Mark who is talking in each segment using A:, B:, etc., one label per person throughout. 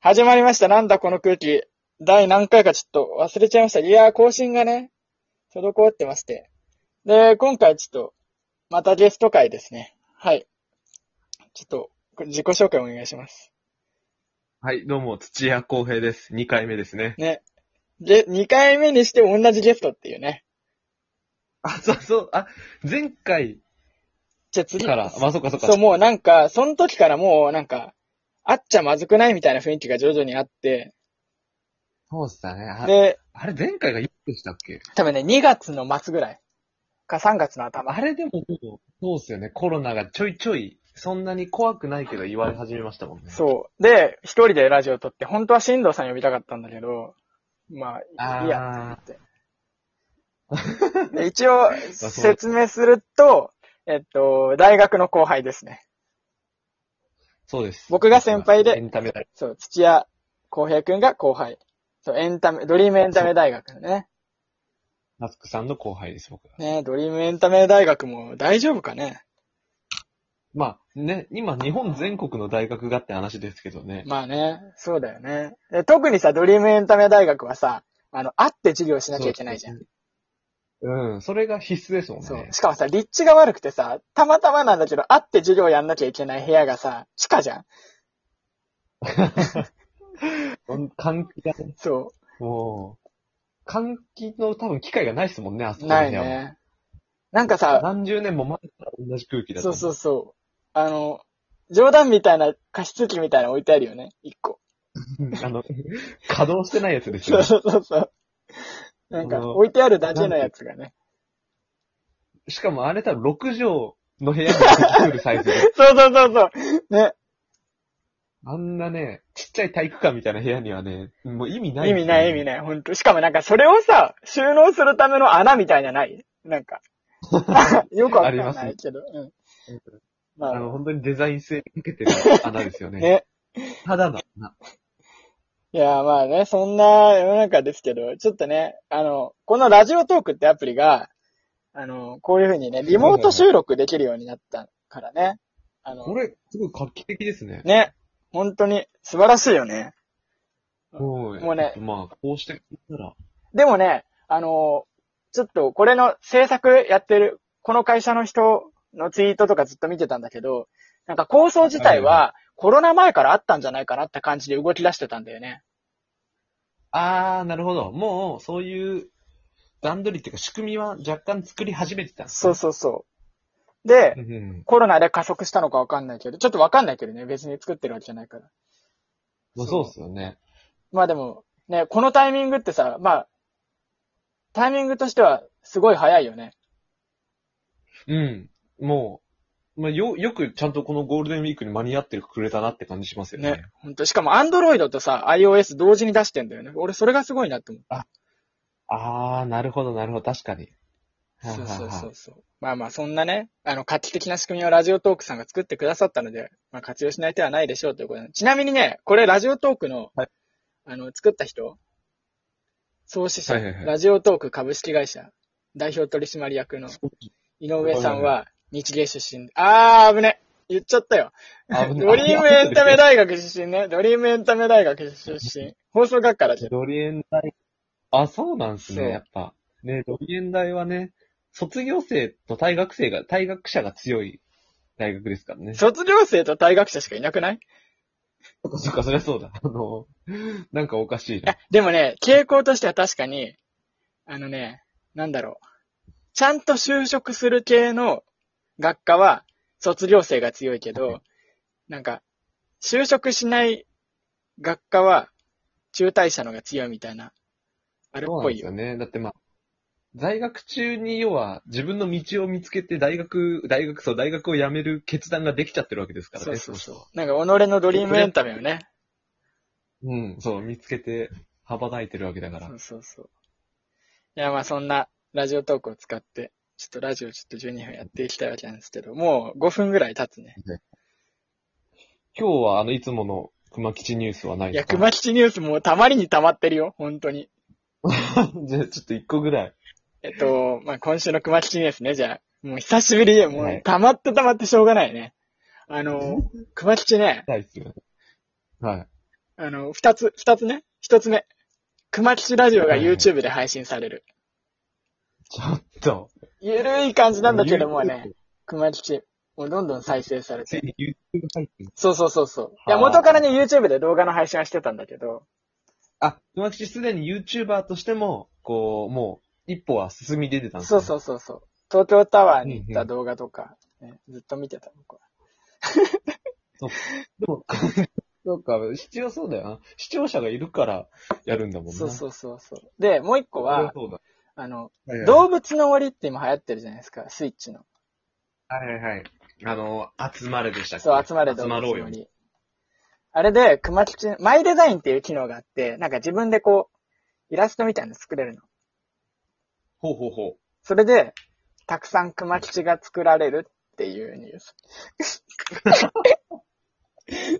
A: 始まりました。なんだこの空気。第何回かちょっと忘れちゃいました。いやー、更新がね、滞ってまして。で、今回ちょっと、またゲスト会ですね。はい。ちょっと、これ自己紹介お願いします。
B: はい、どうも、土屋康平です。2回目ですね。
A: ね。で、2回目にして同じゲストっていうね。
B: あ、そうそう、あ、前回
A: じゃあ次。
B: から、まあ、そうかそうか。
A: そう、もうなんか、その時からもうなんか、あっちゃまずくないみたいな雰囲気が徐々にあって、
B: そうっすだね。あ
A: で、
B: あれ、前回がいつでしたっけ
A: 多分ね、2月の末ぐらいか3月の頭。
B: あれでももう、そうっすよね。コロナがちょいちょい、そんなに怖くないけど言われ始めましたもんね。
A: そう。で、一人でラジオ撮って、本当は進藤さん呼びたかったんだけど、まあ、
B: あー
A: いいや、って言って。で一応、
B: そう
A: 説明すると、えっと、大学の後輩ですね。
B: そうです。
A: 僕が先輩で
B: エンタメだ。
A: そう、土屋康平くんが後輩。そう、エンタメ、ドリームエンタメ大学のね。
B: マスクさんの後輩です、僕が。
A: ねドリームエンタメ大学も大丈夫かね
B: まあ、ね、今、日本全国の大学がって話ですけどね。
A: まあね、そうだよね。で特にさ、ドリームエンタメ大学はさ、あの、会って授業しなきゃいけないじゃん。
B: うん、それが必須ですもんね。
A: そう。しかもさ、立地が悪くてさ、たまたまなんだけど、会って授業やんなきゃいけない部屋がさ、地下じゃん
B: うん換気がね、
A: そ。
B: もう、換気の多分機会がないですもんね、あそうこの
A: な
B: 部屋
A: い
B: は
A: ね。なんかさ、
B: 何十年も前から同じ空気だった。
A: そうそうそう。あの、冗談みたいな加湿器みたいなの置いてあるよね、一個。
B: うん。あの、 稼働してないやつです
A: そ
B: よ
A: う。そうそうそう。なん
B: あ
A: か、
B: の
A: 置いてあるだけのやつがね。
B: しかもあれ多分6畳の部屋に適するサイズで。
A: そうそうそうそう。ね、
B: あんなね、ちっちゃい体育館みたいな部屋にはね、もう意味ない、
A: 意味ない意味
B: ない。
A: ない、ほんと。しかもなんか、それをさ、収納するための穴みたいじゃないなん か。よくわかんないけど。うん。ま
B: あ
A: あ、
B: の、本当にデザイン性に受けて る穴ですよね。
A: ね。
B: ただの穴。
A: いやー、まあね、そんな世の中ですけど、ちょっとね、あの、このラジオトークってアプリが、あの、こういうふうにね、リモート収録できるようになったからね。あ
B: こ
A: の、
B: れ、すごい画期的ですね。
A: ね、本当に素晴らしいよね。
B: も
A: もうね
B: まあ、こうしていったら。
A: でもね、あの、ちょっとこれの制作やってる、この会社の人のツイートとかずっと見てたんだけど、なんか構想自体
B: はい
A: はコロナ前からあったんじゃないかなって感じで動き出してたんだよね。
B: あー、なるほど。もう、そういう段取りっていうか、仕組みは若干作り始めてたんです
A: そう
B: ね
A: そうそう。で、
B: うんうん。
A: コロナで加速したのかわかんないけど、ちょっとわかんないけどね、別に作ってるわけじゃないから。
B: まあ、そうっすよね。
A: まあでも、ね、このタイミングってさ、まあ、タイミングとしてはすごい早いよね。
B: うん。もう、まあ、よ、よくちゃんとこのゴールデンウィークに間に合ってくれたなって感じしますよね。
A: ね。ほんと、しかも Android とさ、iOS 同時に出してんだよね。俺それがすごいなって思う。
B: あー、なるほど、なるほど、確かに。
A: そうそうそ
B: は
A: うそう。まあまあそんなね、あの、画期的な仕組みをラジオトークさんが作ってくださったので、まあ活用しない手はないでしょうということで。ちなみにね、これラジオトークの、
B: はい
A: あの、作った人創始者、
B: はいはいはい
A: ラジオトーク株式会社、代表取締役の井上さんは日芸出身で。あー、危ね。言っちゃったよ。
B: はは危 ない
A: ドリームエンタメ大学出身ね。ドリームエンタメ大学出身。放送学科だけど。
B: ドリエン大。あ、そうなんす
A: そう
B: ね、やっぱ。ね、ドリエン大はね、卒業生と退学生が、退学者が強い大学ですからね。
A: 卒業生と退学者しかいなくない
B: そっか、 そっか、そりゃそうだ。あの、なんかおかしい
A: あ
B: な。
A: でもね、傾向としては確かに、あのね、なんだろう。ちゃんと就職する系の学科は卒業生が強いけ
B: は
A: ど、なんか、就職しない学科は中退者のが強いみたいな、あるっ
B: そう
A: ぽ
B: なんで
A: い
B: す
A: よ。
B: よね。だってまあ、在学中に要は自分の道を見つけて大学、大学、そう、大学を辞める決断ができちゃってるわけですからね。
A: そうそう
B: その人は
A: そう。なんか、己のドリームエンタメをね。
B: うん、そう、見つけて、羽ばたいてるわけだから
A: そ。うそうそう。いや、まあそんなラジオトークを使って、ちょっとラジオちょっと12分やっていきたいわけなんですけど、もう5分ぐらい経つね。
B: 今日は、あの、いつもの熊吉ニュースはない
A: い
B: で
A: や、
B: すか
A: 熊吉ニュースもうたまりに溜まってるよ、本当に。
B: じゃあ、ちょっと一個ぐらい。
A: えっと、まあ今週の熊吉ニュースね、じゃあ、もう久しぶりで、も
B: は
A: う
B: い
A: 溜まって溜まってしょうがないね。あの、熊吉ね、
B: ないっすよね。はい。
A: あの、二つ、二つね。一つ目。熊吉ラジオが
B: はいはい
A: YouTube で配信される。
B: ちょっと。
A: ゆるい感じなんだけどもね、熊吉、もうどんどん再生され
B: つい
A: て。
B: に YouTube 入ってる。
A: そうそうそうそう。いや、
B: はあ
A: 元からね、YouTube で動画の配信はしてたんだけど、
B: あ、友達すでに YouTuber としても、こう、もう、一歩は進み出てたんです、。
A: そうそううそうそう。東京タワーに行った動画とか、ね、ずっと見てた、僕は。
B: でも、そうか、必要そうだよな。視聴者がいるからやるんだもんな。
A: そうそうそうそう。で、もう一個
B: う
A: は、
B: そうだ。
A: あの、
B: はいはい
A: 動物の森って今流行ってるじゃないですか、スイッチの。
B: はいはいはい。あの、集まれでしたっけ
A: そう、集まれ動
B: 集
A: 物
B: ま
A: の
B: ろうよ。
A: 森。あれで、熊吉、マイデザインっていう機能があって、なんか自分でこう、イラストみたいなの作れるの。
B: ほうほうほう。
A: それで、たくさん熊吉が作られるっていうニュース。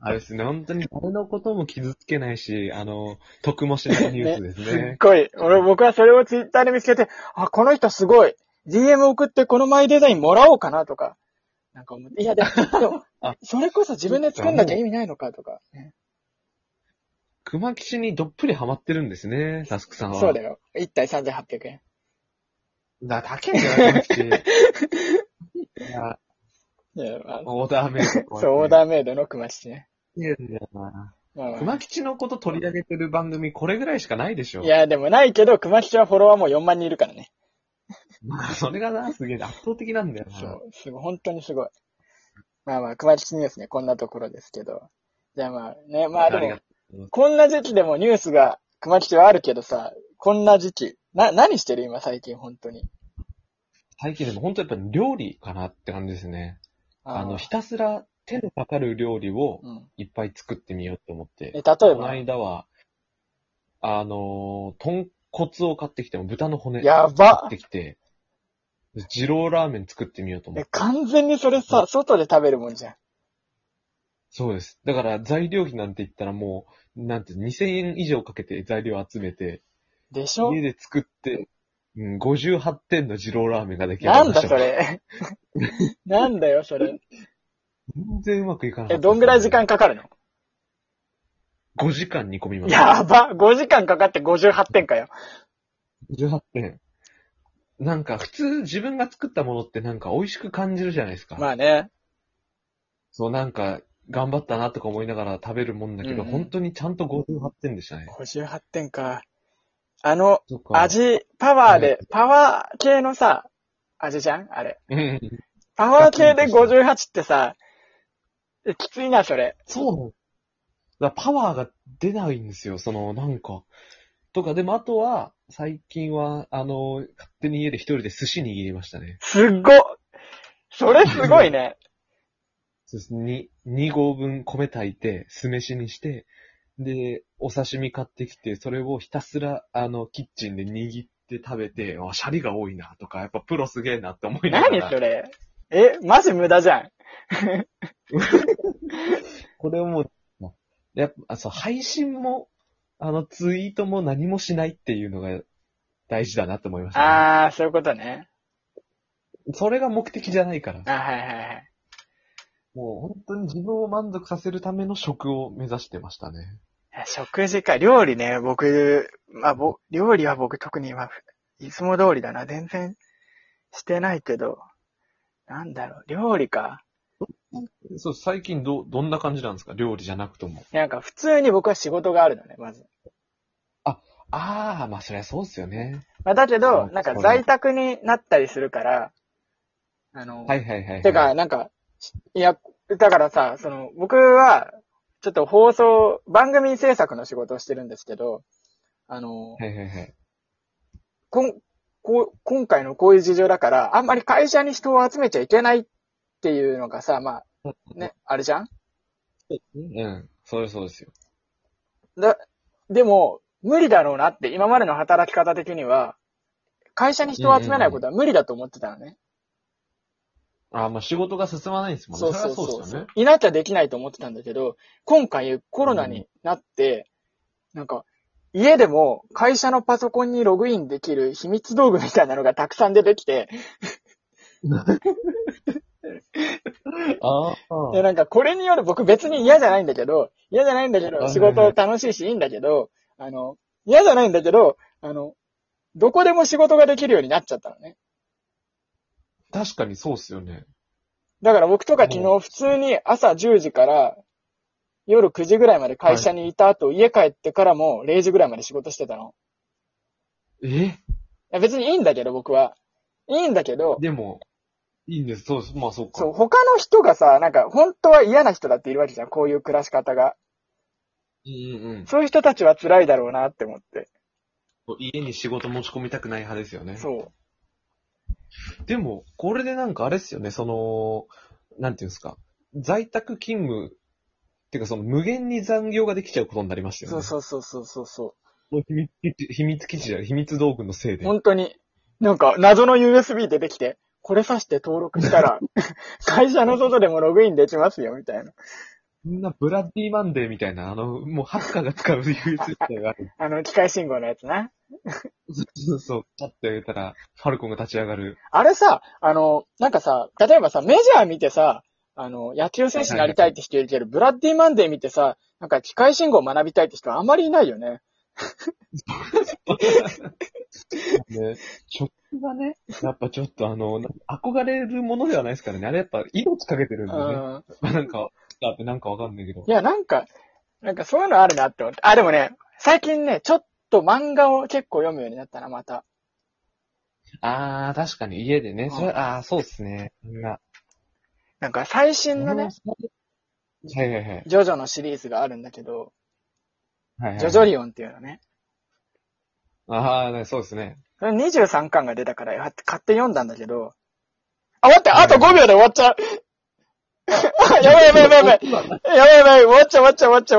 B: あれですね、本当に誰のことも傷つけないし、あの、得もしないニュースです
A: すっ
B: ね。
A: ごい。俺、僕はそれをツイッターで見つけて、あ、この人すごい。DM 送ってこのマイデザインもらおうかなとか、なんか思って。いや、でも、でも
B: あ
A: それこそ自分で作んなきゃ意味ないのかとか、ね。
B: 熊吉にどっぷりハマってるんですね、タスクさんは。
A: そうだよ。1体3800円。
B: だ。高いんだよな、熊 吉。いや、
A: いやまあ
B: オーダーメイド。
A: そう、オーダーメイドの熊吉ね。
B: ーメイド。
A: まあまあ
B: 熊吉のこと取り上げてる番組、これぐらいしかないでしょ。
A: いや、でもないけど、熊吉はフォロワーもう4万人いるからね。
B: まあ、それがな、すげえ圧倒的なんだよな。
A: そう、すごい、本当にすごい。まあまあ、熊吉ニュースね、こんなところですけど。じゃあまあね、まあで
B: ありが
A: も
B: と、う
A: こんな時期でもニュースが熊吉はあるけどさ、こんな時期。な、何してる今最近、本当に。
B: 最近でも本当やっぱり料理かなって感じですね。あの、ひたすら手のかかる料理を
A: うん。
B: いっぱい作ってみようと思って。
A: え、例えば、
B: この間は、あのー、豚骨を買ってきても、豚の骨買
A: やば
B: ってきて、二郎ラーメン作ってみようと思っ
A: え
B: て。、
A: 完全にそれさ、外で食べるもんじゃん。
B: そうです。だから材料費なんて言ったらもう、なんて、2000円以上かけて材料集めて、
A: でしょ
B: 家で作って、うん、58点の二郎ラーメンが出来上が
A: な
B: り
A: ん
B: ま
A: だ
B: した。
A: それ。 なんだよ、それ。
B: 全然うまくいかなかっ
A: え、
B: た
A: どんぐらい時間かかるの
B: ?5 時間煮込みました。
A: やば !5 時間かかって58点かよ。
B: 58点。なんか普通自分が作ったものってなんか美味しく感じるじゃないですか。
A: まあね。
B: そうなんか頑張ったなとか思いながら食べるもんだけど、
A: うんうん
B: 本当にちゃんと58点でしたね。
A: 58点か。あの、
B: そっか。
A: 味、パワーで、パワー系のさ、味じゃんあれ。
B: うんうん。
A: パワー系で58ってさ、えきついな、それ。
B: そうなのだからパワーが出ないんですよ、その、なんか。とか、でもあとは、最近は、あの、勝手に家で一人で寿司握りましたね。
A: すっごそれすごい ね。
B: そうです。に、2合分米炊いて、酢飯にして、で、お刺身買ってきて、それをひたすら、あの、キッチンで握って食べて、あ、シャリが多いな、とか、やっぱプロすげえなって思いなが
A: 何
B: ら
A: そ。れえ、マジ無駄じゃん。
B: これをもう、やっぱ、あそう、配信も、あの、ツイートも何もしないっていうのが大事だなって思いました、ね。
A: あー、そういうことね。
B: それが目的じゃないから
A: あ、。はいはいはい。
B: もう本当に自分を満足させるための食を目指してましたね。
A: 食事か、料理ね、僕、まあ、ぼ、料理は僕特に今、いつも通りだな。全然してないけど、なんだろう、料理か。
B: そう、最近ど、どんな感じなんですか料理じゃなくとも。
A: なんか普通に僕は仕事があるのね、まず。
B: ああ、まあそりゃそうっすよね。
A: まあ、だけど、
B: うん
A: なんか在宅になったりするから、あの、
B: はいはいはい、はい。
A: てか、、なんか、いや、だからさ、その、僕は、ちょっと放送、番組制作の仕事をしてるんですけど、あの、
B: はいはいはい。
A: こんこう今回のこういう事情だから、あんまり会社に人を集めちゃいけないっていうのがさ、まあ、ね、あれじゃん
B: うん。そりゃそうですよ。
A: だ、でも、無理だろうなって、今までの働き方的には、会社に人を集めないことは無理だと思ってたのね。
B: ああ、まあ仕事が進まないんですもんね。
A: そうそう
B: りゃ
A: そう
B: で
A: そ
B: すよね
A: う。。いなきゃできないと思ってたんだけど、今回コロナになって、なんか、家でも会社のパソコンにログインできる秘密道具みたいなのがたくさん出てきて、
B: あ
A: いや、
B: あ。
A: なんかこれによる僕別に嫌じゃないんだけど、嫌じゃないんだけど、
B: はい
A: 仕事楽しいしいいんだけど、あの、嫌じゃないんだけど、あの、どこでも仕事ができるようになっちゃったのね。
B: 確かにそうっすよね。
A: だから僕とか昨日普通に朝10時から夜9時ぐらいまで会社にいた後、家帰ってからも0時ぐらいまで仕事してたの。
B: え
A: いや別にいいんだけど僕は。いいんだけど、
B: でも、いいんです。そうです。まあそうか。
A: そう、他の人がさ、なんか本当は嫌な人だっているわけじゃん、こういう暮らし方が。
B: うんうんうん。
A: そういう人たちは辛いだろうなって思って。
B: 家に仕事持ち込みたくない派ですよね。
A: そう。
B: でも、これでなんかあれっすよね、その、なんていうんですか、在宅勤務、っていうかその無限に残業ができちゃうことになりましたよね。
A: そうそうそうそうそうそう。
B: う。秘密基地、秘密基地じゃない、秘密道具のせいで。
A: 本当に、なんか謎の USB 出てきて、これ挿して登録した ら、会社の外でもログインできますよ、みたいな。
B: みんなブラッディマンデーみたいな、あの、もうハッカーが使う USB がある。
A: あの、機械信号のやつな。
B: そうそう、パッてやったら、ファルコンが立ち上がる。
A: あれさ、あの、なんかさ、例えばさ、メジャー見てさ、あの、野球選手になりたいって人いるけど、ブラッディマンデー見てさ、なんか機械信号学びたいって人あんまりいないよね。
B: ね、食がね、やっぱちょっとあの、憧れるものではないですからね。あれやっぱ命かけてる
A: うん
B: で
A: ん。
B: ね。まあなんか、だってなんかわかんないけど
A: い。や、なんか、なんかそういうのあるなって思って。あ、でもね、最近ね、ちょっと漫画を結構読むようになったな、また。
B: ああ、確かに家でね。
A: うん
B: それ、ああ、そうっすね。みんな。
A: なんか最新のね、
B: はいはいはい。
A: ジョジョのシリーズがあるんだけど、
B: はいはい、
A: ジョジョリオンっていうのね。
B: ああ、ねそうですね。
A: それ23巻が出たから、やって買って読んだんだけど、あ、待って、あと
B: は
A: 5
B: いはい
A: 秒で終わっちゃう。あやばいやばいやばいやばい。
B: 今
A: やばいやばい、終わっちゃう終わっちゃう終わっちゃう。